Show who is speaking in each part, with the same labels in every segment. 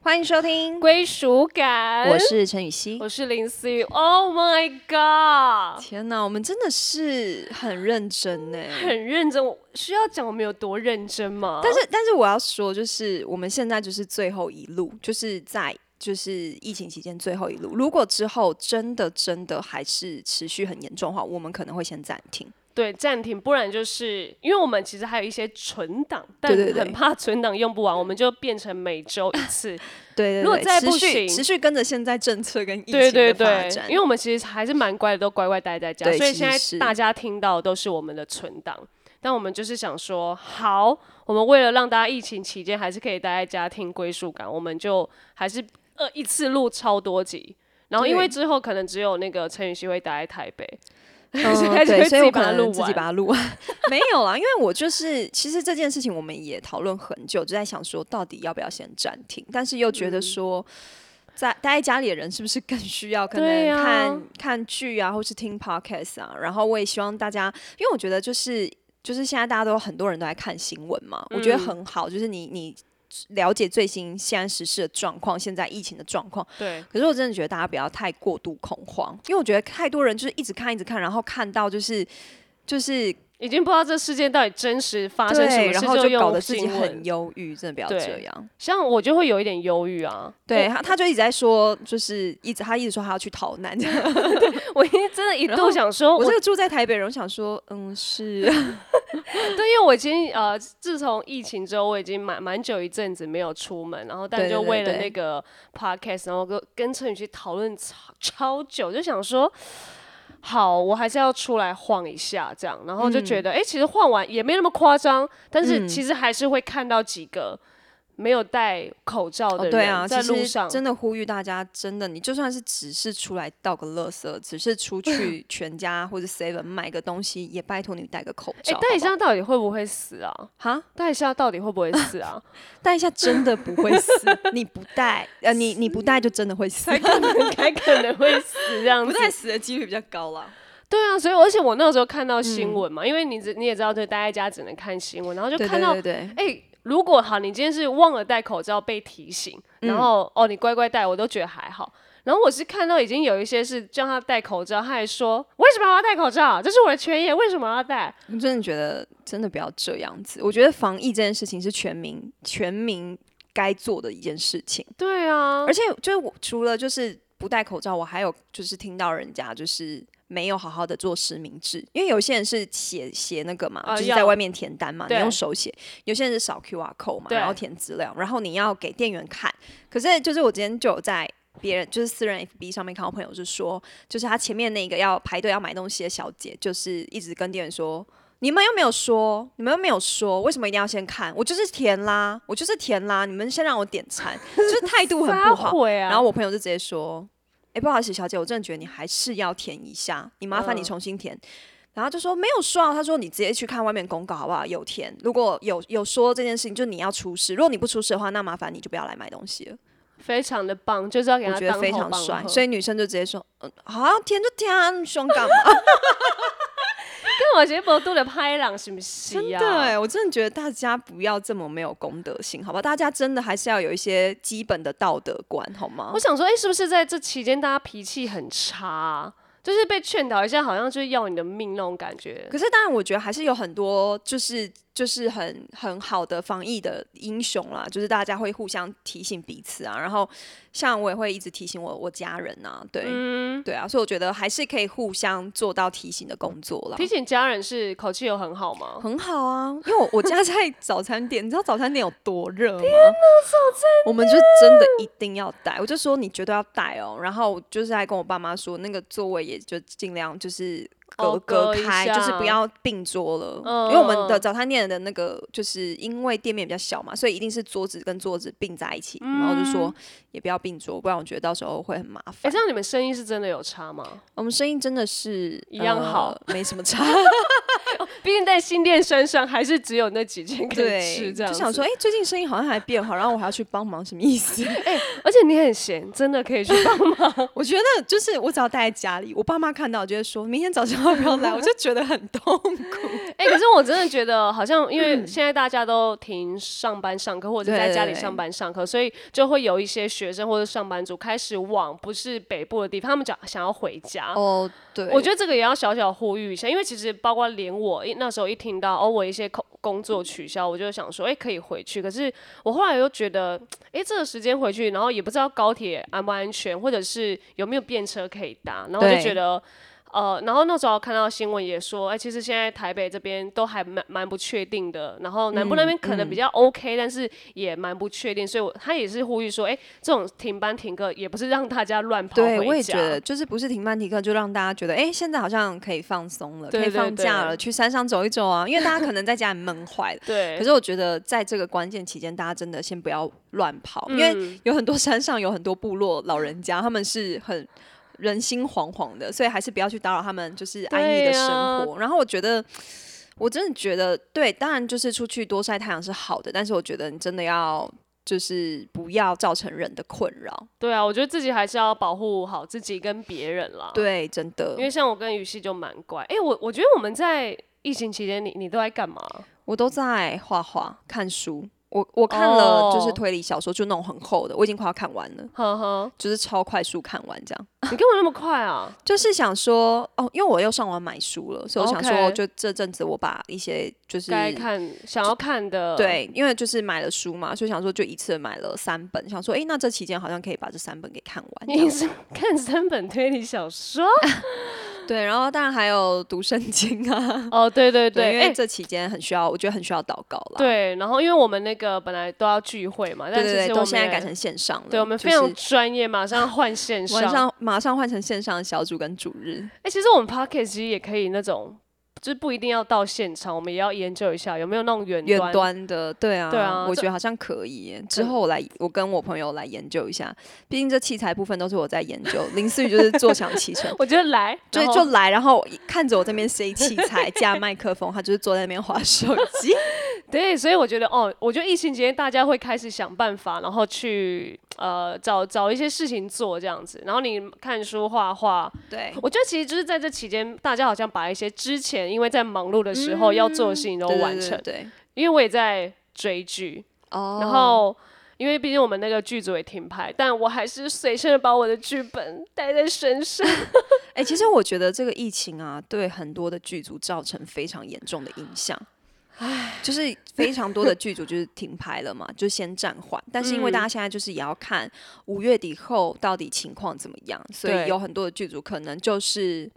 Speaker 1: 欢迎收听，
Speaker 2: 归属感。
Speaker 1: 我是陈雨希。
Speaker 2: 我是林思雨，Oh my god，
Speaker 1: 天哪，我们真的是很认真 呢。
Speaker 2: 很认真。我需要讲我们有多认真吗？
Speaker 1: 但是，但是我要说，就是我们现在就是最后一路，就是在就是疫情期间最后一路。如果之后真的真的还是持续很严重的话，我们可能会先暂停。
Speaker 2: 对暂停，不然就是因为我们其实还有一些存档，但
Speaker 1: 对对对
Speaker 2: 很怕存档用不完，我们就变成每周一次。
Speaker 1: 对对对，
Speaker 2: 如果再不
Speaker 1: 持续
Speaker 2: 行
Speaker 1: 持续跟着现在政策跟疫
Speaker 2: 对
Speaker 1: 情
Speaker 2: 对
Speaker 1: 的发
Speaker 2: 对
Speaker 1: 展，，
Speaker 2: 因为我们其实还是蛮乖的，都乖乖待在家，
Speaker 1: 对
Speaker 2: 所以
Speaker 1: 其
Speaker 2: 现
Speaker 1: 实是
Speaker 2: 在大家听到都是我们的存档。但我们就是想说，好，我们为了让大家疫情期间还是可以待在家听归属感，我们就还是呃一次录超多集。然后因为
Speaker 1: 对
Speaker 2: 之后可能只有那个陈雨希会待在台北，
Speaker 1: 嗯，
Speaker 2: 还是
Speaker 1: 对，所
Speaker 2: 会自
Speaker 1: 以
Speaker 2: 己
Speaker 1: 我
Speaker 2: 把
Speaker 1: 可
Speaker 2: 它
Speaker 1: 能
Speaker 2: 录
Speaker 1: 自己
Speaker 2: 完
Speaker 1: 把它录完。 没有啦，因为我就是其实这件事情我们也讨论很久，就在想说到底要不要先暂停，但是又
Speaker 2: 嗯
Speaker 1: 觉得说。在待在家里的人是不是更需要可
Speaker 2: 对
Speaker 1: 能
Speaker 2: 啊
Speaker 1: 看、看剧啊，或是听 podcast 啊？然后我也希望大家，因为我觉得就是就是现在大家都很多人都在看新闻嘛，我觉得
Speaker 2: 嗯
Speaker 1: 很好，就是你你了解最新现在时事的状况，现在疫情的状况，
Speaker 2: 对，
Speaker 1: 可是我真的觉得大家不要太过度恐慌，因为我觉得太多人就是一直看一直看，然后看到就是就是
Speaker 2: 已经不知道这世界到底真实发生什
Speaker 1: 对，
Speaker 2: 么事
Speaker 1: 然后
Speaker 2: 用
Speaker 1: 搞得自己
Speaker 2: 新闻
Speaker 1: 很忧郁，真的不要
Speaker 2: 对
Speaker 1: 这样。
Speaker 2: 像我就会有一点忧郁啊。
Speaker 1: 对他，他就一直在说，就是一直他一直说他要去逃难。
Speaker 2: 我一真的一
Speaker 1: 然后
Speaker 2: 度想说，
Speaker 1: 我
Speaker 2: 我
Speaker 1: 这个住在台北人，我想说，嗯，是
Speaker 2: 对，因为我已经呃，自从疫情之后，我已经蛮蛮久一阵子没有出门，然后但
Speaker 1: 对
Speaker 2: 就
Speaker 1: 对
Speaker 2: 为了
Speaker 1: 对
Speaker 2: 那个 podcast，然后跟跟陈宇去讨论超超久，就想说。好，我还是要出来晃一下，这样，然后就觉得，哎、其实晃完也没那么夸张，但
Speaker 1: 嗯
Speaker 2: 是其实还是会看到几个没有戴口罩的
Speaker 1: 哦，
Speaker 2: 人、
Speaker 1: 对啊，
Speaker 2: 在
Speaker 1: 其
Speaker 2: 路
Speaker 1: 实
Speaker 2: 上，
Speaker 1: 真的呼吁大家，真的，你就算是只是出来倒个垃圾，只是出 去全家或者 seven 买个东西，也拜托你戴个口
Speaker 2: 哎、
Speaker 1: 罩。
Speaker 2: 戴一
Speaker 1: 好
Speaker 2: 下到底会不会死啊？
Speaker 1: 不好哈，
Speaker 2: 戴一下到底会不会死啊？
Speaker 1: 戴一下真的不会死， 你不戴，呃，你你不戴就真的会死，
Speaker 2: 可 能还可能会死这样子，
Speaker 1: 戴死的几率比较高啦。
Speaker 2: 对啊，所以而且我那时候看到新闻嘛，因为你只你也知道，就待在家只能看新闻，然后就
Speaker 1: 嗯对
Speaker 2: 看
Speaker 1: 对
Speaker 2: 到，
Speaker 1: 对对，
Speaker 2: 哎、如果好，你今天是忘了戴口罩被提醒，然
Speaker 1: 嗯
Speaker 2: 后、哦，你乖乖戴，我都觉得还好。然后我是看到已经有一些是叫他戴口罩，他还说为什么我要戴口罩？这是我的权益，为什么要戴？
Speaker 1: 我真的觉得真的不要这样子。我觉得防疫这件事情是全民全民该做的一件事情，
Speaker 2: 对啊
Speaker 1: 而，且就是我除了就是不戴口罩，我还有就是听到人家就是。没有好好的做实名制，因为有些人是写写那个嘛，
Speaker 2: 啊
Speaker 1: 就是
Speaker 2: 要
Speaker 1: 在外面填单嘛，你
Speaker 2: 对
Speaker 1: 用手写；有些人是扫 QR code 嘛，
Speaker 2: 对
Speaker 1: 然后填资料，然后你要给店员看。可是就是我今天就有在别人就是私人 FB 上面看到朋友是说，就是他前面那个要排队要买东西的小姐，就是一直跟店员说。你们又没有说，你们又没有说，为什么一定要先看？我就是填啦，我就是填啦，你们先让我点 餐，就是态度很不好
Speaker 2: 撒。谎啊！
Speaker 1: 然后我朋友就直接说：“哎、不好意思，小姐，我真的觉得你还是要填一下，你麻烦你
Speaker 2: 嗯
Speaker 1: 重新填。然后就说没有说啊，他说你直接去看外面公告好不好？有填，如果有有说这件事情，就你要出示。如果你不出示的话，那麻烦你就不要来买东西了。
Speaker 2: 非常的棒，就是要给
Speaker 1: 我
Speaker 2: 他
Speaker 1: 觉得
Speaker 2: 当
Speaker 1: 非
Speaker 2: 头
Speaker 1: 常
Speaker 2: 棒
Speaker 1: 帅，
Speaker 2: 喝
Speaker 1: 所以女生就直接说：嗯，好、啊，填就填啊，胸干嘛？
Speaker 2: 跟我节目都的拍朗是不是啊
Speaker 1: 真
Speaker 2: 呀、
Speaker 1: 的欸，我真的觉得大家不要这么没有公德心，好吧？大家真的还是要有一些基本的道德观，好吗
Speaker 2: 我？想说，哎、是不是在这期间大家脾气很差啊、就是被劝导一下，好像就是要你的命那种感觉。
Speaker 1: 可是，当然，我觉得还是有很多就是就是很很好的防疫的英雄啦，就是大家会互相提醒彼此啊。然后，像我也会一直提醒我我家人啊，对、
Speaker 2: 嗯，
Speaker 1: 对啊，所以我觉得还是可以互相做到提醒的工作啦
Speaker 2: 提。醒家人是口气有很好吗？
Speaker 1: 很好啊，因为我 我家在早餐店，你知道早餐店有多热吗？天哪，早餐我们就真的一定要带，我就说你绝对要带哦。然后我就是还跟我爸妈说，那个座位也就尽量就是隔、
Speaker 2: 哦
Speaker 1: 隔
Speaker 2: 隔一
Speaker 1: 开，
Speaker 2: 下
Speaker 1: 就是不要并桌了，
Speaker 2: 嗯
Speaker 1: 因为我们的早餐店的那个就是因为店面比较小嘛，所以一定是桌子跟桌子并在一起。
Speaker 2: 嗯
Speaker 1: 然后就说也不要并桌，不然我觉得到时候会很麻烦。
Speaker 2: 哎、这样你们声音是真的有差吗？
Speaker 1: 我们声音真的是
Speaker 2: 一样好
Speaker 1: 呃没什么差。
Speaker 2: 毕竟在新店山上还是只有那几间可以
Speaker 1: 对，
Speaker 2: 吃，这样
Speaker 1: 就
Speaker 2: 子
Speaker 1: 想说，哎、最近生意好像还变好，然后我还要去帮忙，什么意 思？
Speaker 2: 而且你很闲，真的可以去 帮忙。
Speaker 1: 我觉得就是我只要待在家里，我爸妈看到就会说明天早上要不要来，我就觉得很痛苦。
Speaker 2: 哎、可是我真的觉得，好像因为现在大家都停上班上课，或者
Speaker 1: 对
Speaker 2: 在
Speaker 1: 嗯对
Speaker 2: 家里
Speaker 1: 对
Speaker 2: 上班上课，所以就会有一些学生或者上班族开始往不是北部的地方，他们想想要回家。
Speaker 1: 哦，对
Speaker 2: 我觉得这个也要小小呼吁一下，因为其实包括连我一那时候一听到哦，我一些工工作取消，我就想说，哎、可以回去。可是我后来又觉得，哎、这个时间回去，然后也不知道高铁安不安全，或者是有没有便车可以搭，然后我就
Speaker 1: 对
Speaker 2: 觉得。呃，然后那时候看到新闻也说，哎、其实现在台北这边都还蛮蛮不确定的，然后南部那边
Speaker 1: 嗯
Speaker 2: 可能比较 OK，、但是也蛮不确定，所以我他也是呼吁说，哎、这种停班停课也不是让大家乱跑回
Speaker 1: 对，
Speaker 2: 家。
Speaker 1: 我也觉得，就是不是停班停课，就让大家觉得，哎、现在好像可以放松了，
Speaker 2: 对
Speaker 1: 可以放假
Speaker 2: 对
Speaker 1: 了，
Speaker 2: 对，
Speaker 1: 去山上走一走啊。因为大家可能在家里闷坏了
Speaker 2: 对
Speaker 1: 可，是我觉得在这个关键期间，大家真的先不要乱跑，因
Speaker 2: 嗯
Speaker 1: 为有很多山上有很多部落老人家，他们是很人心惶惶的，所以还是不要去打扰他们就是安逸的生
Speaker 2: 啊
Speaker 1: 活。然后我觉得。我真的觉得，对，当然就是出去多晒太阳是好的，但是我觉得你真的要就是不要造成人的困扰，
Speaker 2: 对啊，我觉得自己还是要保护好自己跟别人啦。，
Speaker 1: 对，真的。
Speaker 2: 因为像我跟于西就蛮乖。哎、我我觉得我们在疫情期间，你你都在干嘛？
Speaker 1: 我都在画画、看书。我我看了就是
Speaker 2: 哦
Speaker 1: 推理小说，就那种很厚的，我已经快要看完了，
Speaker 2: 呵呵，
Speaker 1: 就是超快速看完这样。
Speaker 2: 你干嘛那么 快啊？
Speaker 1: 就是想说，哦，因为我又上网买书了，所以我想说，
Speaker 2: OK
Speaker 1: 就这阵子我把一些就是
Speaker 2: 该看想要看的，，
Speaker 1: 对，因为就是买了书嘛，所以想说就一次买了三本，想说，诶，那这期间好像可以把这三本给看完。这
Speaker 2: 你
Speaker 1: 样
Speaker 2: 是看三本推理小 说？
Speaker 1: 对，然后当然还有读圣经啊，
Speaker 2: 哦，对对
Speaker 1: 对，
Speaker 2: 对，
Speaker 1: 因
Speaker 2: 哎、
Speaker 1: 为这期间很需要，我觉得很需要祷告啦。
Speaker 2: 对，然后因为我们那个本来都要聚会嘛，
Speaker 1: 对
Speaker 2: 但其
Speaker 1: 对
Speaker 2: 实
Speaker 1: 对，
Speaker 2: 我们
Speaker 1: 都现在
Speaker 2: 也
Speaker 1: 改成线上了，
Speaker 2: 对我们
Speaker 1: 就
Speaker 2: 非常
Speaker 1: 是
Speaker 2: 专业，马上换线上。
Speaker 1: 晚上马上换成线上的小组跟主日。
Speaker 2: 哎、其实我们 p o c k e t 其实也可以那种，就是不一定要到现场，我们也要研究一下有没有那种远
Speaker 1: 远端的，对啊，
Speaker 2: 对啊
Speaker 1: 我
Speaker 2: 这
Speaker 1: 觉得好像可以耶。之后我来，我跟我朋友来研究一下，毕竟这器材部分都是我在研究，林思雨就是坐享其
Speaker 2: 。
Speaker 1: 成
Speaker 2: 我觉得来，
Speaker 1: 就
Speaker 2: 然后
Speaker 1: 就来，然后看着我这边塞器材架麦克风，他就是坐在那边划手 机。
Speaker 2: 对，所以我觉得哦，我觉得疫情期间大家会开始想办法，然后去呃找找一些事情做这样子。然后你看书、画画，
Speaker 1: 对，
Speaker 2: 我觉得其实就是在这期间，大家好像把一些之前因为在忙碌的时候要做的事情都
Speaker 1: 嗯对对
Speaker 2: 完
Speaker 1: 对
Speaker 2: 成。
Speaker 1: 对，
Speaker 2: 因为我也在追剧，
Speaker 1: 哦
Speaker 2: 然后。因为毕竟我们那个剧组也停拍，但我还是随身地把我的剧本带在身上。
Speaker 1: 哎、其实我觉得这个疫情啊，对很多的剧组造成非常严重的影响。就是非常多的剧组就是停拍了嘛，就先暂缓。但是因为大家现在就是也要看五月底后到底情况怎么样，所
Speaker 2: 对
Speaker 1: 以有很多的剧组可能就是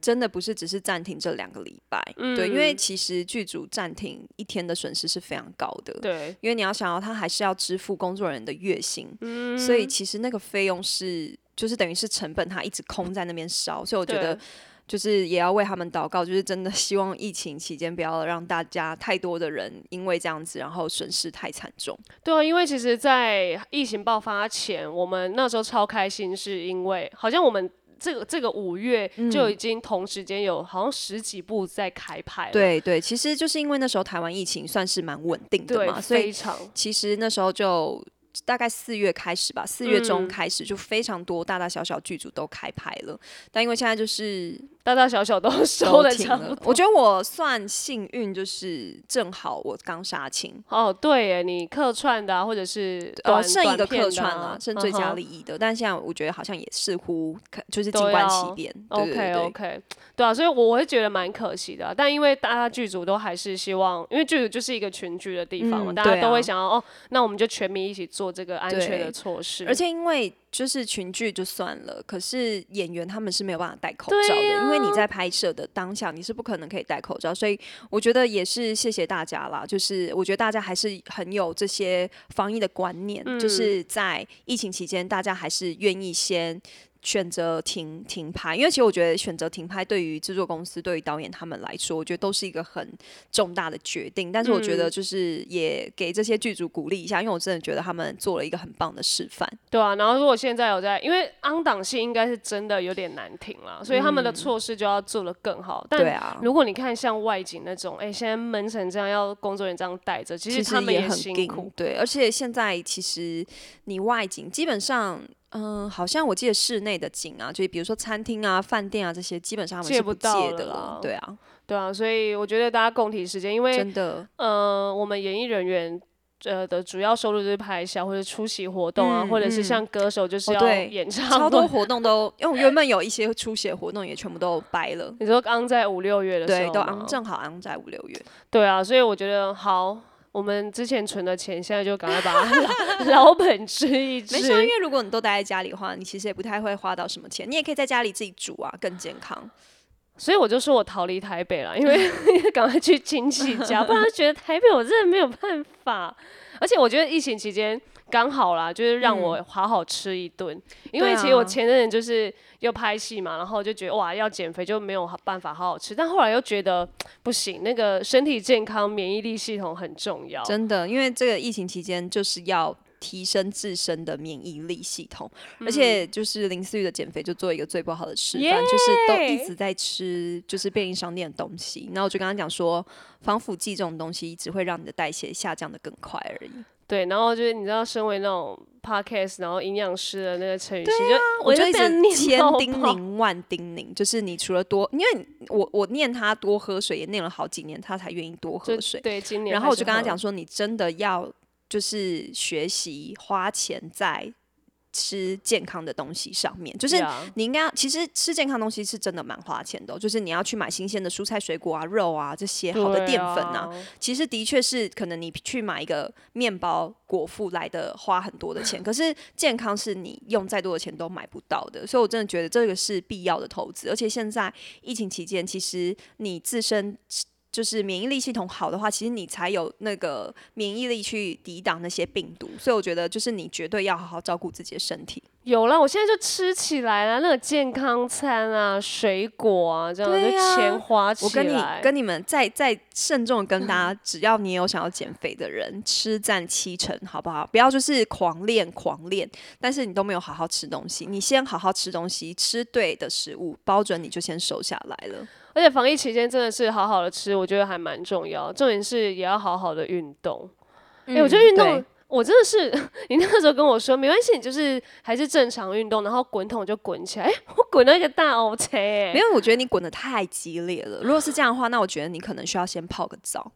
Speaker 1: 真的不是只是暂停这两个礼拜，对，
Speaker 2: 嗯
Speaker 1: 因为其实剧组暂停一天的损失是非常高的，
Speaker 2: 对，
Speaker 1: 因为你要想要，他还是要支付工作人员的月薪，
Speaker 2: 嗯
Speaker 1: 所以其实那个费用是就是等于是成本，他一直空在那边烧，所以我觉得
Speaker 2: 对。
Speaker 1: 就是也要为他们祷告，就是真的 希望疫情期间不要让大家太多的人因为这样子，然后损失太惨重。
Speaker 2: 对啊，因为其实，在疫情爆发前，我们那时候超开心，是因为好像我们这个这个五月
Speaker 1: 嗯
Speaker 2: 就已经同时间有好像十几部在开拍了，
Speaker 1: 对对，其实就是因为那时候台湾疫情算是蛮稳定的
Speaker 2: 对，
Speaker 1: 嘛，所以
Speaker 2: 非常
Speaker 1: 其实那时候就大概四月开始吧，四月
Speaker 2: 嗯
Speaker 1: 中开始就非常多大大小小剧组都开拍了，但因为现在就是
Speaker 2: 大大小小都 收
Speaker 1: 都
Speaker 2: 的
Speaker 1: 停
Speaker 2: 差不
Speaker 1: 了
Speaker 2: 多。。
Speaker 1: 我觉得我算幸运，就是正好我刚杀青，
Speaker 2: 哦，对耶，你客串的、啊、或者是短、
Speaker 1: 呃，剩一个
Speaker 2: 短片
Speaker 1: 客
Speaker 2: 的
Speaker 1: 串
Speaker 2: 啊
Speaker 1: 啦，剩最
Speaker 2: 嗯
Speaker 1: 佳
Speaker 2: 哼
Speaker 1: 利益的。但现在我觉得好像也似乎可就是
Speaker 2: 都
Speaker 1: 静观
Speaker 2: 要
Speaker 1: 其变，对对
Speaker 2: OK
Speaker 1: 对
Speaker 2: OK，对啊，所以我我会觉得蛮可惜的啊、但因为大家剧组都还是希望，因为剧组就是一个群聚的地方嘛，
Speaker 1: 嗯
Speaker 2: 大家
Speaker 1: 对
Speaker 2: 都会
Speaker 1: 啊
Speaker 2: 想要、哦，那我们就全民一起做这个安全的
Speaker 1: 对
Speaker 2: 措施。
Speaker 1: 而且因为就是群聚就算了，可是演员他们是没有办法戴口罩的，
Speaker 2: 对啊
Speaker 1: 因为你在拍摄的当下你是不可能可以戴口罩，所以我觉得也是谢谢大家啦，就是我觉得大家还是很有这些防疫的观念，就是在疫情期间大家还是愿意先。选择停停拍，因为其实我觉得选择停拍对于制作公司、对于导演他们来说，我觉得都是一个很重大的决定。但是我觉得就是也给这些剧组鼓励一下，因为我真的觉得他们做了一个很棒的示范。
Speaker 2: 对啊，然后如果现在有在，因为昂档性应该是真的有点难停了，所以他们的措施就要做得更好。
Speaker 1: 嗯对
Speaker 2: 但
Speaker 1: 啊，
Speaker 2: 如果你看像外景那种，哎、现在闷成这样，要工作人员这样带着，其
Speaker 1: 其
Speaker 2: 实
Speaker 1: 实
Speaker 2: 他们
Speaker 1: 也很
Speaker 2: 辛苦
Speaker 1: 硬。对，而且现在其实你外景基本上，嗯、好像我记得室内的景啊，就是比如说餐厅啊、饭店啊这些，基本上他们
Speaker 2: 借
Speaker 1: 是
Speaker 2: 不
Speaker 1: 不
Speaker 2: 到
Speaker 1: 的
Speaker 2: 了啦
Speaker 1: 对啊，
Speaker 2: 对啊，所以我觉得大家共体时间，因为
Speaker 1: 真 的，
Speaker 2: 呃，我们演艺人员。呃的主要收入就是拍销或者出席活动啊，
Speaker 1: 嗯
Speaker 2: 或者是
Speaker 1: 嗯
Speaker 2: 像歌手就是
Speaker 1: 哦
Speaker 2: 要
Speaker 1: 对
Speaker 2: 演唱会，
Speaker 1: 超多活动都，因为我原本有一些出血活动也全部都掰 了。
Speaker 2: 你说刚在五六月的时
Speaker 1: 对，
Speaker 2: 候哦
Speaker 1: 都
Speaker 2: 吗
Speaker 1: 昂正好昂在五六月，
Speaker 2: 对啊，所以我觉得好，我们之前存的钱，现在就赶快把它 老老本吃一吃
Speaker 1: 没。事啊，因为如果你都待在家里的话，你其实也不太会花到什么钱，你也可以在家里自己煮啊，更健康。
Speaker 2: 所以我就说我逃离台北了，因为
Speaker 1: 嗯
Speaker 2: 赶快去亲戚家，不然觉得台北我真的没有办法。而且我觉得疫情期间刚好啦，就是让我好好吃一顿，因
Speaker 1: 嗯
Speaker 2: 为
Speaker 1: 对啊
Speaker 2: 其实我前阵子就是又拍戏嘛，然后就觉得哇要减肥就没有办法好好吃，但后来又觉得不行，那个身体健康、免疫力系统很重要。
Speaker 1: 真的，因为这个疫情期间就是要提升自身的免疫力系统，而
Speaker 2: 嗯
Speaker 1: 且就是林思雨的减肥就做一个最不好的示范
Speaker 2: 耶
Speaker 1: 就是都一直在吃就是便利商店的东西。然后我就跟他讲说，防腐剂这种东西只会让你的代谢下降的更快而已。
Speaker 2: 对，然后就是你知道，身为那种 podcast，然后营养师的那个陈雨欣，就
Speaker 1: 啊我
Speaker 2: 我就
Speaker 1: 就一
Speaker 2: 被他
Speaker 1: 直
Speaker 2: 念
Speaker 1: 千
Speaker 2: 到
Speaker 1: 叮
Speaker 2: 爆，
Speaker 1: 咛万叮咛，就是你除了多，因为我我念他多喝水也念了好几年，他才愿意多喝
Speaker 2: 就
Speaker 1: 水。
Speaker 2: 对，今年。
Speaker 1: 然后我就跟他讲，说，你真的要就是学习花钱在吃健康的东西上面，就是你应该要其实吃健康东西是真的蛮花钱的哦、就是你要去买新鲜的蔬菜、水果啊、肉啊这些好的淀粉啊，
Speaker 2: 对啊
Speaker 1: 其实的确是可能你去买一个面包果腹来的花很多的钱，可是健康是你用再多的钱都买不到的，所以我真的觉得这个是必要的投资。而且现在疫情期间，其实你自身就是免疫力系统好的话，其实你才有那个免疫力去抵挡那些病毒。所以我觉得就是你绝对要好好照顾自己的身体。
Speaker 2: 有啦，我现在就吃起来了，那个健康餐啊，水果啊，这样
Speaker 1: 对
Speaker 2: 就
Speaker 1: 啊
Speaker 2: 钱花起
Speaker 1: 我
Speaker 2: 来。
Speaker 1: 跟你跟你们再再慎重地跟大家，只要你有想要减肥的人，吃占七成，好不好？不要就是狂练狂练，但是你都没有好好吃东西。你先好好吃东西，吃对的食物，包准你就先瘦下来了。
Speaker 2: 而且防疫期间真的是好好的吃，我觉得还蛮重要。重点是也要好好的运动。哎、我觉得运动
Speaker 1: 嗯对，
Speaker 2: 我真的是 你那个时候跟我说没关系，你就是还是正常运动，然后滚筒就滚起来。哎、我滚到一个大 O K 哎、
Speaker 1: 没有，我觉得你滚得太激烈了。如果是这样的话，那我觉得你可能需要先泡个澡，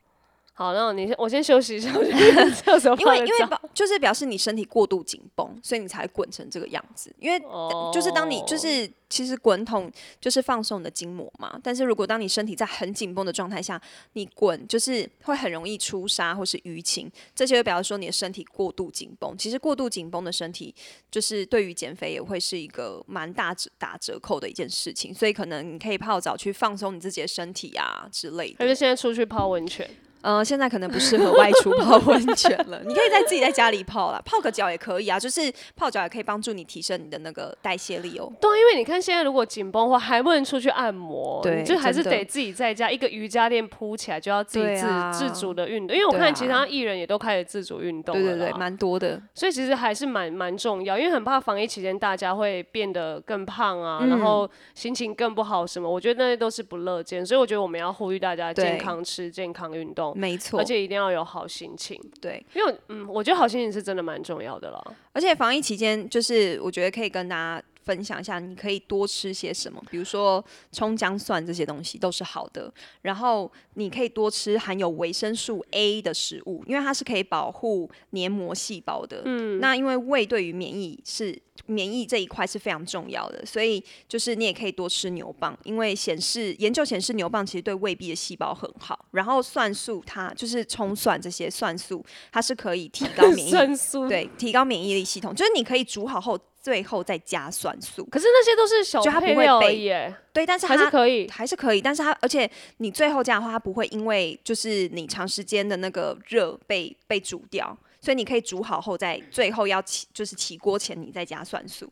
Speaker 2: 好，那我你先我先休息一下，我去 厕所泡
Speaker 1: 因为
Speaker 2: 个
Speaker 1: 因为
Speaker 2: 澡
Speaker 1: 表就是表示你身体过度紧绷，所以你才滚成这个样子。因为
Speaker 2: 哦
Speaker 1: 就是当你就是其实滚筒就是放松你的筋膜嘛，但是如果当你身体在很紧绷的状态下，你滚就是会很容易出痧或是淤青，这些就表示说你的身体过度紧绷。其实过度紧绷的身体，就是对于减肥也会是一个蛮大折打折扣的一件事情，所以可能你可以泡澡去放松你自己的身体啊之类
Speaker 2: 还是
Speaker 1: 的。
Speaker 2: 现在出去泡温泉，
Speaker 1: 呃，现在可能不适合外出泡温泉了，你可以在自己在家里泡啦，泡个脚也可以啊，就是泡脚也可以帮助你提升你的那个代谢力哦。
Speaker 2: 对啊，因为你看现在如果紧绷的话，还不能出去按摩，
Speaker 1: 对
Speaker 2: 你就还是
Speaker 1: 真的
Speaker 2: 得自己在家一个瑜伽垫铺起来，就要自己
Speaker 1: 对
Speaker 2: 自、
Speaker 1: 啊
Speaker 2: 自主的运动。因为我
Speaker 1: 对
Speaker 2: 看
Speaker 1: 啊
Speaker 2: 其他艺人也都开始自主运动
Speaker 1: 对
Speaker 2: 了啦，
Speaker 1: 对对，蛮多的。
Speaker 2: 所以其实还是蛮蛮重要，因为很怕防疫期间大家会变得更胖啊，
Speaker 1: 嗯
Speaker 2: 然后心情更不好什么，我觉得那些都是不乐见，所以我觉得我们要呼吁大家
Speaker 1: 对
Speaker 2: 健康吃、健康运动，
Speaker 1: 没错，
Speaker 2: 而且一定要有好心情，
Speaker 1: 对，
Speaker 2: 因为嗯，我觉得好心情是真的蛮重要的啦。
Speaker 1: 而且防疫期间，就是我觉得可以跟大家分享一下，你可以多吃些什么，比如说葱姜蒜这些东西都是好的。然后你可以多吃含有维生素 A 的食物，因为它是可以保护黏膜细胞的。嗯，那因为胃对于免疫是免疫这一块是非常重要的，所以就是你也可以多吃牛蒡，因为显示研究显示牛蒡其实对胃壁的细胞很好。然后蒜素它就是葱蒜这些蒜素，它是可以提高 免疫
Speaker 2: 酸素，
Speaker 1: 对，提高免疫力系统，就是你可以煮好后，最后再加蒜素。
Speaker 2: 可是那些都是小
Speaker 1: 就它不
Speaker 2: 配
Speaker 1: 会
Speaker 2: 料而
Speaker 1: 被
Speaker 2: 已耶，
Speaker 1: 对，但是它
Speaker 2: 还是可以。
Speaker 1: 还是可以，但是它而且你最后加的话，它不会因为就是你长时间的那个热被被煮掉，所以你可以煮好后再最后要起就是起锅前你再加蒜素，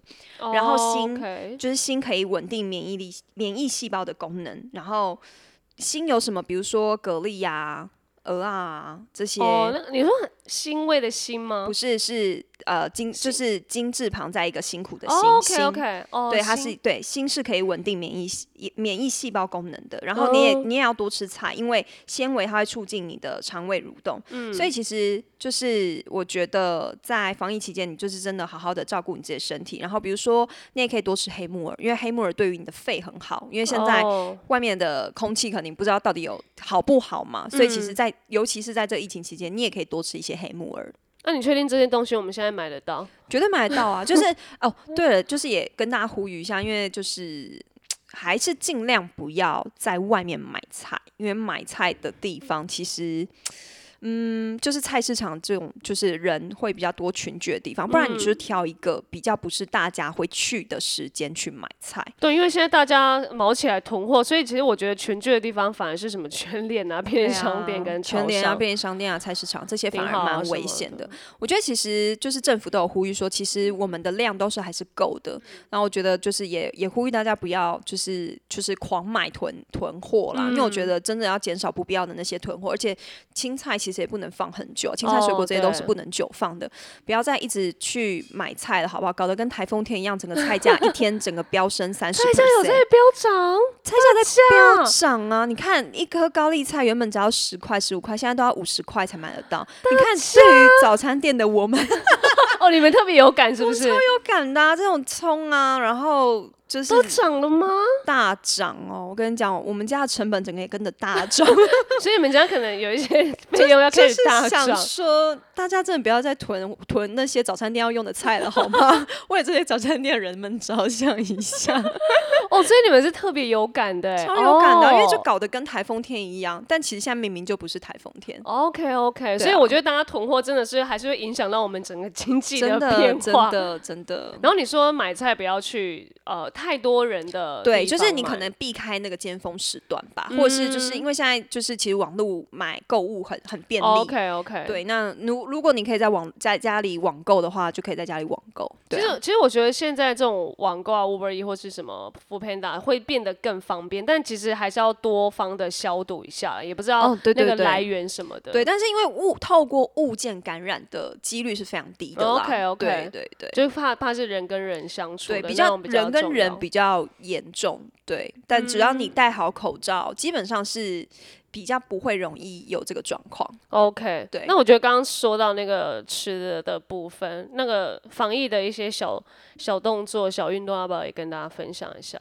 Speaker 1: 然后锌
Speaker 2: o k
Speaker 1: 就是锌可以稳定免疫力免疫细胞的功能。然后锌有什么？比如说蛤蜊呀、鹅啊这些。
Speaker 2: 哦，那你说欣慰的欣吗
Speaker 1: 不？是是呃金就是金字旁在一个辛苦的辛、
Speaker 2: 哦，OK
Speaker 1: 辛
Speaker 2: OK，哦，
Speaker 1: 对，它
Speaker 2: 心
Speaker 1: 是对锌是可以稳定免疫系免疫细胞功能的。然后你也、
Speaker 2: 哦
Speaker 1: 你也要多吃菜，因为纤维它会促进你的肠胃蠕动。所以
Speaker 2: 嗯
Speaker 1: 其实就是我觉得在防疫期间，你就是真的好好的照顾你自己的身体。然后比如说你也可以多吃黑木耳，因为黑木耳对于你的肺很好。因为现在
Speaker 2: 哦
Speaker 1: 外面的空气肯定不知道到底有好不好嘛，所以其实
Speaker 2: 嗯
Speaker 1: 在，尤其是在这疫情期间，你也可以多吃一些黑木耳。
Speaker 2: 那、你确定这些东西我们现在买得到？
Speaker 1: 绝对买得到啊！就是哦，对了，就是也跟大家呼吁一下，因为就是还是尽量不要在外面买菜，因为买菜的地方其实。嗯，就是菜市场这种，就是人会比较多群聚的地方，不然你
Speaker 2: 嗯
Speaker 1: 就是挑一个比较不是大家会去的时间去买菜。
Speaker 2: 对，因为现在大家毛起来囤货，所以其实我觉得群聚的地方反而是什么全联啊、便利商店跟
Speaker 1: 全
Speaker 2: 超
Speaker 1: 联啊、
Speaker 2: 商。
Speaker 1: 便利商店啊、菜市场这些反而
Speaker 2: 顶好啊
Speaker 1: 蛮
Speaker 2: 什
Speaker 1: 危
Speaker 2: 么
Speaker 1: 险的
Speaker 2: 的。
Speaker 1: 我觉得其实就是政府都有呼吁说，其实我们的量都是还是够的。然后我觉得就是也也呼吁大家不要就是就是狂买囤囤货啦，因为我
Speaker 2: 嗯
Speaker 1: 觉得真的要减少不必要的那些囤货，而且青菜其实也不能放很久，青菜水果
Speaker 2: 哦
Speaker 1: 这些都是
Speaker 2: 对
Speaker 1: 不能久放的。不要再一直去买菜了，好不好？搞得跟台风天一样，整个菜价一天整个飙升三十。
Speaker 2: 菜价有在飙涨，
Speaker 1: 菜价在
Speaker 2: 大
Speaker 1: 飙
Speaker 2: 家
Speaker 1: 涨啊！你看一颗高丽菜原本只要十块、十五块，现在都要五十块才买得到。你 看，
Speaker 2: 啊
Speaker 1: 对于早餐店的我们，
Speaker 2: 哦，你们特别有感是不是？
Speaker 1: 有感的、啊、这种葱啊，然后就是
Speaker 2: 都涨了吗？
Speaker 1: 大涨哦！我跟你讲，我们家的成本整个也跟着大 涨。
Speaker 2: 所以你们家可能有一些 费用要 开始大
Speaker 1: 就是
Speaker 2: 涨。
Speaker 1: 想说，大家真的不要再囤囤那些早餐店要用的菜了，好 吗？为了这些早餐店的人们着想一 下，
Speaker 2: 哦，所以你们是特别有感的欸，
Speaker 1: 超有感的啊、因为就
Speaker 2: 哦
Speaker 1: 搞得跟台风天一样。但其实现在明明就不是台风天。
Speaker 2: OK OK，、
Speaker 1: 啊
Speaker 2: 哦所以我觉得大家囤货真的是还是会影响到我们整个经济
Speaker 1: 真
Speaker 2: 变
Speaker 1: 真
Speaker 2: 化。
Speaker 1: 的真 的，
Speaker 2: 然后你说买菜不要去呃太多人的
Speaker 1: 对，
Speaker 2: 地
Speaker 1: 就
Speaker 2: 方
Speaker 1: 是你可
Speaker 2: 买
Speaker 1: 能避开那个尖峰时段吧，或者是就是因为现在就是其实网络买购物很很便利。
Speaker 2: OK OK
Speaker 1: 对，那如如果你可以在网在家里网购的话，就可以在家里网购。
Speaker 2: 其
Speaker 1: 对啊、
Speaker 2: 实，其实我觉得现在这种网购啊，Uber E 或是什么 f o o Panda 会变得更方便，但其实还是要多方的消毒一下，也不知道
Speaker 1: 哦对对
Speaker 2: 那个
Speaker 1: 对
Speaker 2: 来源什么的。
Speaker 1: 对，但是因为物透过物件感染的几率是非常低的啦。
Speaker 2: OK，OK
Speaker 1: 对对对
Speaker 2: 就是怕怕是人跟人相处的
Speaker 1: 对，
Speaker 2: 那
Speaker 1: 比较
Speaker 2: 种比较
Speaker 1: 人跟
Speaker 2: 重
Speaker 1: 人
Speaker 2: 要嗯
Speaker 1: 比较严重。对，但只要你戴好口罩，基本上是比较不会容易有这个状况。
Speaker 2: OK，
Speaker 1: 对
Speaker 2: 那我觉得刚刚说到那个吃的的部分，那个防疫的一些小小动作、小运动，要不要也跟大家分享一下？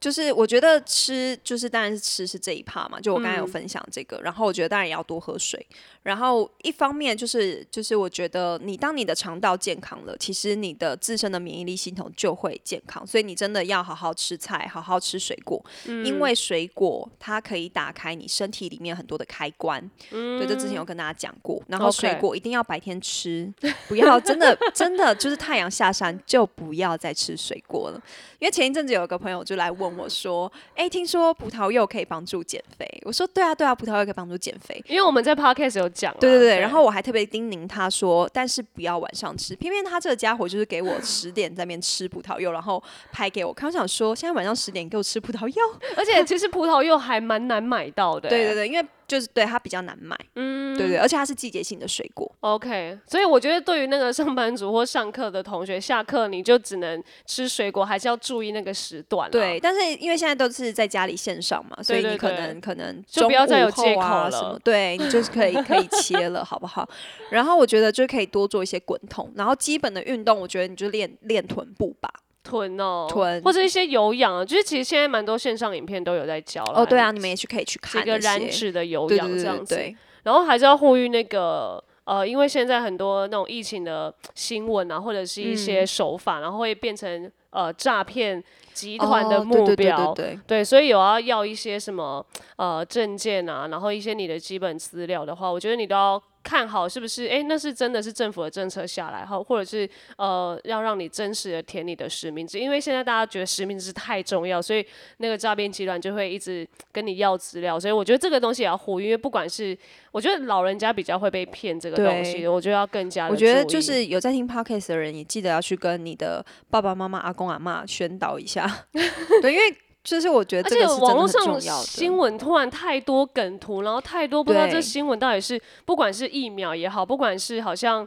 Speaker 1: 就是我觉得吃，就是当然是吃是这一趴嘛，就我
Speaker 2: 嗯
Speaker 1: 刚才有分享这个，然后我觉得当然也要多喝水，然后一方面就是就是我觉得你当你的肠道健康了，其实你的自身的免疫力系统就会健康，所以你真的要好好吃菜，好好吃水果，因为水果它可以打开你身体里面很多的开关，对，这之前有跟大家讲过，然后
Speaker 2: OK
Speaker 1: 水果一定要白天吃，不要真的真的就是太阳下山就不要再吃水果了。因为前一阵子有一个朋友就来问我说：“哎、听说葡萄柚可以帮助减肥？”我说：“对啊，对啊，葡萄柚可以帮助减肥。
Speaker 2: 因为我们在 Podcast 有讲啊，”
Speaker 1: 对对对，然后我还特别叮咛他说：“但是不要晚上吃。”偏偏他这个家伙就是给我十点在那边吃葡萄柚，然后拍给我看。我想说，现在晚上十点给我吃葡萄柚？
Speaker 2: 而且其实葡萄柚还蛮难买到的欸、
Speaker 1: 对对对，因为就是对它比较难买，嗯，对对，而且它是季节性的水果。
Speaker 2: OK，所以我觉得对于那个上班族或上课的同学，下课你就只能吃水果，还是要注意那个时段、啊。
Speaker 1: 对，，但是因为现在都是在家里线上嘛，所以
Speaker 2: 对
Speaker 1: 你
Speaker 2: 对
Speaker 1: 可
Speaker 2: 对
Speaker 1: 能可能
Speaker 2: 就
Speaker 1: 中
Speaker 2: 不要再
Speaker 1: 午
Speaker 2: 有借
Speaker 1: 后啊
Speaker 2: 口
Speaker 1: 什么
Speaker 2: 了，
Speaker 1: 对你就是可以可以切了，好不好？然后我觉得就可以多做一些滚筒，然后基本的运动，我觉得你就练练臀部吧。
Speaker 2: 臀哦，
Speaker 1: 臀
Speaker 2: 或者一些有氧啊，就是其实现在蛮多线上影片都有在教了。
Speaker 1: 哦，对
Speaker 2: 还
Speaker 1: 啊，你们也去可以去看
Speaker 2: 几个
Speaker 1: 那
Speaker 2: 燃
Speaker 1: 些
Speaker 2: 脂的有
Speaker 1: 对
Speaker 2: 氧
Speaker 1: 对
Speaker 2: 这
Speaker 1: 对
Speaker 2: 样
Speaker 1: 对
Speaker 2: 子。
Speaker 1: 对，
Speaker 2: 然后还是要呼吁那个呃，因为现在很多那种疫情的新闻啊，或者是一些
Speaker 1: 嗯
Speaker 2: 手法，然后会变成呃诈骗集团的
Speaker 1: 哦
Speaker 2: 目标。
Speaker 1: 对对对对对。
Speaker 2: 对，所以有要要一些什么呃证件啊，然后一些你的基本资料的话，我觉得你都要看好是不是，诶，那是真的是政府的政策下来后，或者是呃要让你真实的填你的实名制，因为现在大家觉得实名制太重要，所以那个诈骗集团就会一直跟你要资料，所以我觉得这个东西也要呼吁，因为不管是我觉得老人家比较会被骗这个东西，
Speaker 1: 对
Speaker 2: 我觉得要更加的
Speaker 1: 我觉得
Speaker 2: 注
Speaker 1: 就
Speaker 2: 意
Speaker 1: 是有在听 podcast 的 人，也记得要去跟你的爸爸妈妈、阿公阿嬷宣导一下，对，因为。就是我觉得
Speaker 2: 而
Speaker 1: 这个
Speaker 2: 且
Speaker 1: 是真的
Speaker 2: 网络
Speaker 1: 很
Speaker 2: 上
Speaker 1: 重要
Speaker 2: 新
Speaker 1: 的。
Speaker 2: 闻突然太多梗图，然后太多不知道这
Speaker 1: 对
Speaker 2: 新闻到底是不管是疫苗也好，不管是好像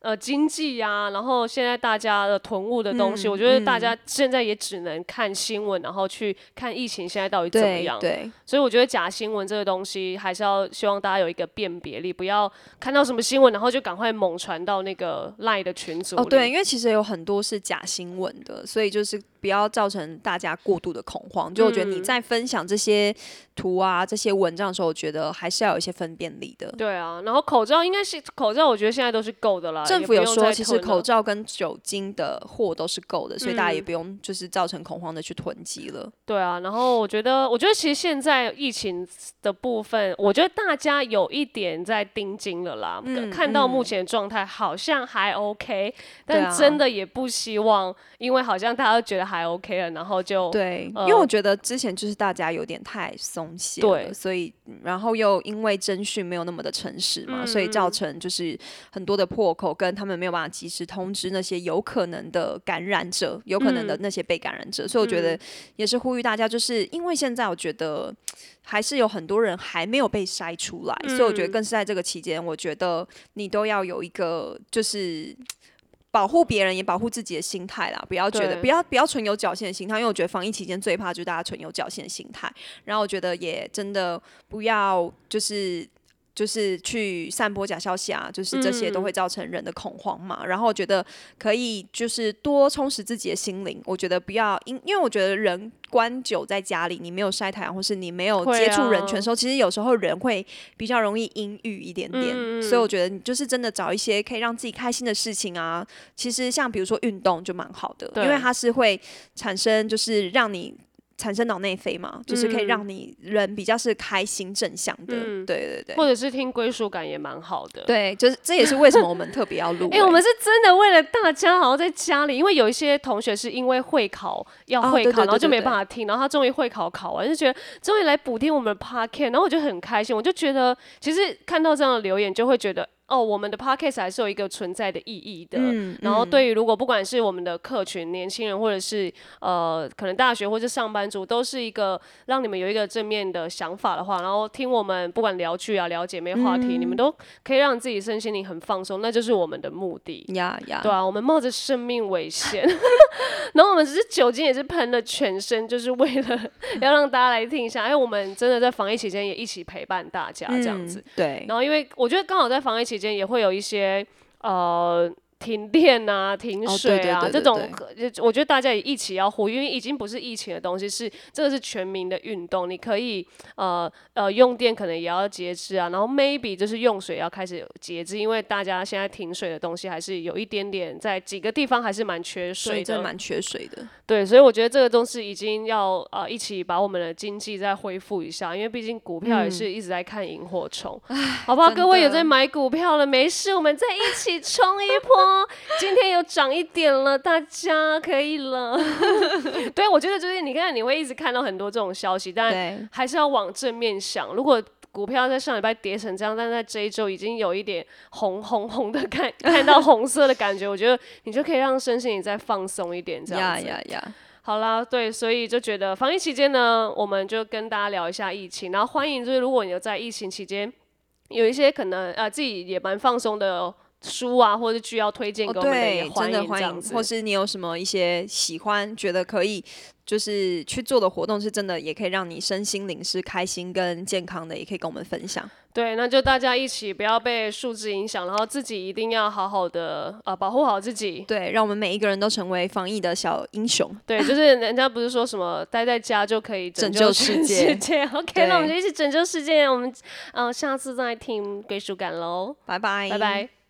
Speaker 2: 呃经济呀、然后现在大家的囤物的东西，
Speaker 1: 嗯
Speaker 2: 我觉得大家现在也只能看新闻，然后去看疫情现在到底怎么
Speaker 1: 对
Speaker 2: 样。
Speaker 1: 对，
Speaker 2: 所以我觉得假新闻这个东西还是要希望大家有一个辨别力，不要看到什么新闻然后就赶快猛传到那个 line 的群组里。
Speaker 1: 哦对，因为其实有很多是假新闻的，所以就是不要造成大家过度的恐慌。就我觉得你
Speaker 2: 嗯
Speaker 1: 在分享这些图啊、这些文章的时候，我觉得还是要有一些分辨力的。
Speaker 2: 对啊，然后口罩应该是口罩，我觉得现在都是够的啦。
Speaker 1: 政
Speaker 2: 啊
Speaker 1: 府
Speaker 2: 也不
Speaker 1: 有
Speaker 2: 用
Speaker 1: 说，
Speaker 2: 再
Speaker 1: 其实
Speaker 2: 囤
Speaker 1: 口
Speaker 2: 了
Speaker 1: 罩跟酒精的货都是够的，所以大家也
Speaker 2: 嗯
Speaker 1: 不用就是造成恐慌的去囤积了。
Speaker 2: 对啊，然后我觉得，我觉得其实现在疫情的部分，我觉得大家有一点在盯紧了啦。
Speaker 1: 嗯
Speaker 2: 看到
Speaker 1: 嗯
Speaker 2: 目前状态好像还 OK，、
Speaker 1: 对
Speaker 2: 但
Speaker 1: 啊
Speaker 2: 真的也不希望，因为好像大家都觉得还 OK 了，然后就
Speaker 1: 对，
Speaker 2: 呃
Speaker 1: 因为我觉得之前就是大家有点太松懈了，
Speaker 2: 对
Speaker 1: 所以嗯然后又因为征讯没有那么的诚实嘛，所以造
Speaker 2: 嗯
Speaker 1: 成就是很多的破口，跟他们没有办法及时通知那些有可能的感染者，有可能的
Speaker 2: 嗯
Speaker 1: 那些被感染者，所以我觉得也是呼吁大家，就是因为现在我觉得还是有很多人还没有被筛出来，所以我觉
Speaker 2: 嗯
Speaker 1: 得更是在这个期间，我觉得你都要有一个就是。保护别人也保护自己的心态啦，不要觉得
Speaker 2: 对
Speaker 1: 不要不要存有侥幸的心态，因为我觉得防疫期间最怕就是大家存有侥幸的心态。然后我觉得也真的不要就是就是去散播假消息啊，就是这些
Speaker 2: 嗯
Speaker 1: 都会造成人的恐慌嘛。然后我觉得可以就是多充实自己的心灵，我觉得不要因因为我觉得人关久在家里，你没有晒太阳，或是你没有
Speaker 2: 会
Speaker 1: 接触人
Speaker 2: 啊
Speaker 1: 群的时候，其实有时候人会比较容易阴郁一点点。
Speaker 2: 嗯嗯嗯
Speaker 1: 所以我觉得你就是真的找一些可以让自己开心的事情啊。其实像比如说运动就蛮好的，
Speaker 2: 对
Speaker 1: 因为它是会产生就是让你。产生脑内啡嘛，就是可以
Speaker 2: 嗯
Speaker 1: 让你人比较是开心正向的，
Speaker 2: 嗯
Speaker 1: 对对对。
Speaker 2: 或者是听归属感也蛮好的。
Speaker 1: 对，就是这也是为什么我们特别要录
Speaker 2: 、
Speaker 1: 欸
Speaker 2: 哎、我们是真的为了大家，好像在家里，因为有一些同学是因为会考要
Speaker 1: 哦
Speaker 2: 会
Speaker 1: 对
Speaker 2: 考，
Speaker 1: 对
Speaker 2: 然后
Speaker 1: 对
Speaker 2: 就
Speaker 1: 对
Speaker 2: 没办法听，然后他终于会考考完，就觉得终于来补听我们的 podcast，然后我就很开心，我就觉得其实看到这样的留言，就会觉得哦，我们的 podcast 还是有一个存在的意义的。
Speaker 1: 嗯
Speaker 2: 然后对于如果不管是我们的客群、年轻人，或者是呃可能大学或是上班族，都是一个让你们有一个正面的想法的话，然后听我们不管聊剧啊、聊姐妹话题，
Speaker 1: 嗯
Speaker 2: 你们都可以让自己身心灵很放松，那就是我们的目的。
Speaker 1: 呀呀，
Speaker 2: 对啊，我们冒着生命 危险，然后我们只是酒精也是喷了全身，就是为了 要让大家来听一下。哎，我们真的在防疫期间也一起陪伴大家这样子。
Speaker 1: 嗯对，
Speaker 2: 然后因为我觉得刚好在防疫期间也会有一些呃。停电啊，停
Speaker 1: 哦
Speaker 2: 水啊，
Speaker 1: 对对对对
Speaker 2: 这种
Speaker 1: 对
Speaker 2: 呃我觉得大家也一起要呼吁，因为已经不是疫情的东西，是这个是全民的运动。你可以呃呃用电可能也要节制啊，然后 maybe 就是用水要开始节制，因为大家现在停水的东西还是有一点点在几个地方还是蛮缺
Speaker 1: 所以
Speaker 2: 水
Speaker 1: 真的
Speaker 2: 的。
Speaker 1: 蛮缺水的。
Speaker 2: 对，所以我觉得这个东西已经要呃一起把我们的经济再恢复一下，因为毕竟股票也是一直在看萤火虫，好不好？
Speaker 1: 嗯真的
Speaker 2: 各位有在买股票了没事，我们再一起冲一 波。今天有涨一点了，大家可以 了。对，我觉得就是你看你会一直看到很多这种消息，但
Speaker 1: 对，
Speaker 2: 还是要往正面想。如果股票在上礼拜跌成这样，但在这一周已经有一点红红红的看看到红色的感觉，我觉得你就可以让身心你再放松一点，这样
Speaker 1: 呀
Speaker 2: 子。
Speaker 1: 呀呀，
Speaker 2: 好啦，对，所以就觉得防疫期间呢，我们就跟大家聊一下疫情，然后欢迎就是如果你有在疫情期间有一些可能呃自己也蛮放松的书啊或者剧要推荐
Speaker 1: 哦
Speaker 2: 给我们的，
Speaker 1: 对
Speaker 2: 也，
Speaker 1: 真的
Speaker 2: 迎这
Speaker 1: 欢
Speaker 2: 样
Speaker 1: 迎，
Speaker 2: 子。
Speaker 1: 或是你有什么一些喜欢，觉得可以就是去做的活动，是真的也可以让你身心灵是开心跟健康的，也可以跟我们分享。
Speaker 2: 对，那就大家一起不要被数字影响，然后自己一定要好好的呃保护好自己。
Speaker 1: 对，让我们每一个人都成为防疫的小英雄。
Speaker 2: 对，就是人家不是说什么待在家就可以
Speaker 1: 拯
Speaker 2: 救
Speaker 1: 救
Speaker 2: 全
Speaker 1: 世界
Speaker 2: 世界 OK，
Speaker 1: 对
Speaker 2: 那我们就一起拯救世界。我们嗯、呃下次再听归属感喽，
Speaker 1: 拜拜，
Speaker 2: 拜拜。